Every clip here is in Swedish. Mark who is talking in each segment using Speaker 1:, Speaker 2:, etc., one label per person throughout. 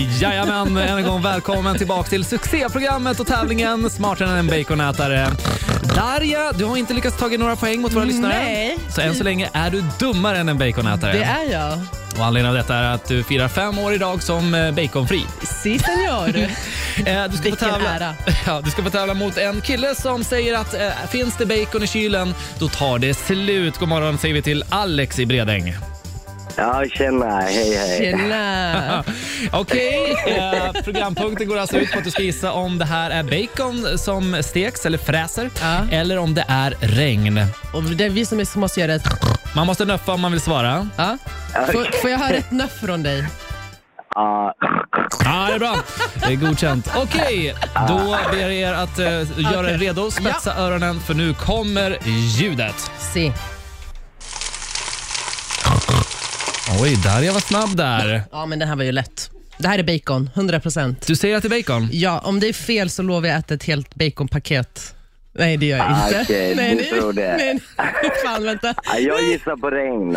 Speaker 1: igen. Än en gång välkommen tillbaka till succéprogrammet och tävlingen Smartare än en baconätare. Darja, du har inte lyckats ta några poäng mot våra lyssnare.
Speaker 2: Mm, Nej.
Speaker 1: Så än så länge är du dummare än en baconätare.
Speaker 2: Det är jag.
Speaker 1: Och anledningen av detta är att du firar fem år idag som eh, baconfri.
Speaker 2: Si senor.
Speaker 1: Eh, Du ska, få
Speaker 2: Vilken
Speaker 1: tävla,
Speaker 2: ära.
Speaker 1: ja, du ska få tävla mot en kille som säger att eh, finns det bacon i kylen, då tar det slut. God morgon säger vi till Alex i Bredäng.
Speaker 3: Ja, tjena. Hej, hej.
Speaker 2: Tjena.
Speaker 1: Okej, eh, programpunkten går alltså ut på att du ska gissa om det här är bacon som steks eller fräser
Speaker 2: Ja.
Speaker 1: eller om det är regn.
Speaker 2: Och det är vi som, är, som måste göra ett...
Speaker 1: Man måste nöffa om man vill svara.
Speaker 2: Ja. Får, får jag höra ett nöff från dig?
Speaker 3: Ja,
Speaker 1: Ja, det är bra. Det är godkänt. Okej, då ber jag er att eh, göra er redo. Spetsa öronen för nu kommer ljudet.
Speaker 2: Si.
Speaker 1: Oj, där jag var snabb där.
Speaker 2: Ja, men den här var ju lätt. Det här är bacon, 100%.
Speaker 1: Du säger att det är bacon?
Speaker 2: Ja, om det är fel så lovar jag att äta ett helt baconpaket. Nej, det gör jag
Speaker 3: Ah,
Speaker 2: inte.
Speaker 3: okej,
Speaker 2: Nej,
Speaker 3: du tror det.
Speaker 2: Nej, nej. fan vänta.
Speaker 3: Ja, jag gissar på regn.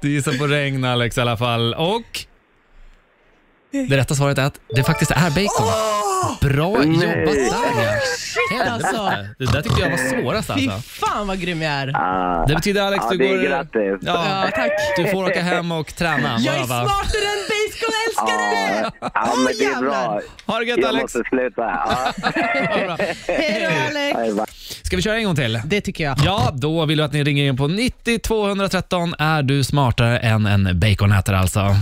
Speaker 1: Du gissar på regn Alex i alla fall. Och? Det rätta svaret är att det faktiskt är bacon. Bra jobbat Darja.
Speaker 2: alltså.
Speaker 1: Helvete. Det där tyckte jag var svårast
Speaker 2: Fy
Speaker 1: alltså.
Speaker 2: fan vad grym jag är.
Speaker 3: Ja,
Speaker 1: Det betyder Alex,
Speaker 3: Ja,
Speaker 1: du
Speaker 3: det är
Speaker 1: går...
Speaker 3: grattis.
Speaker 1: Ja,
Speaker 2: Ja, tack.
Speaker 1: du får åka hem och träna.
Speaker 2: Jag är
Speaker 1: bara, va?
Speaker 2: smartare än baconälskare!
Speaker 3: ja, ja, Ah, men det är bra.
Speaker 2: Jävlar.
Speaker 1: Ha det gött
Speaker 3: Jag
Speaker 1: Alex.
Speaker 3: måste sluta. Ah. Ja,
Speaker 1: Ha det bra.
Speaker 2: Hej då Alex!
Speaker 3: hej, va.
Speaker 1: Ska vi köra en gång till?
Speaker 2: Det tycker jag.
Speaker 1: Ja, då vill jag att ni ringer in på 90 213. Är du smartare än en baconätare alltså?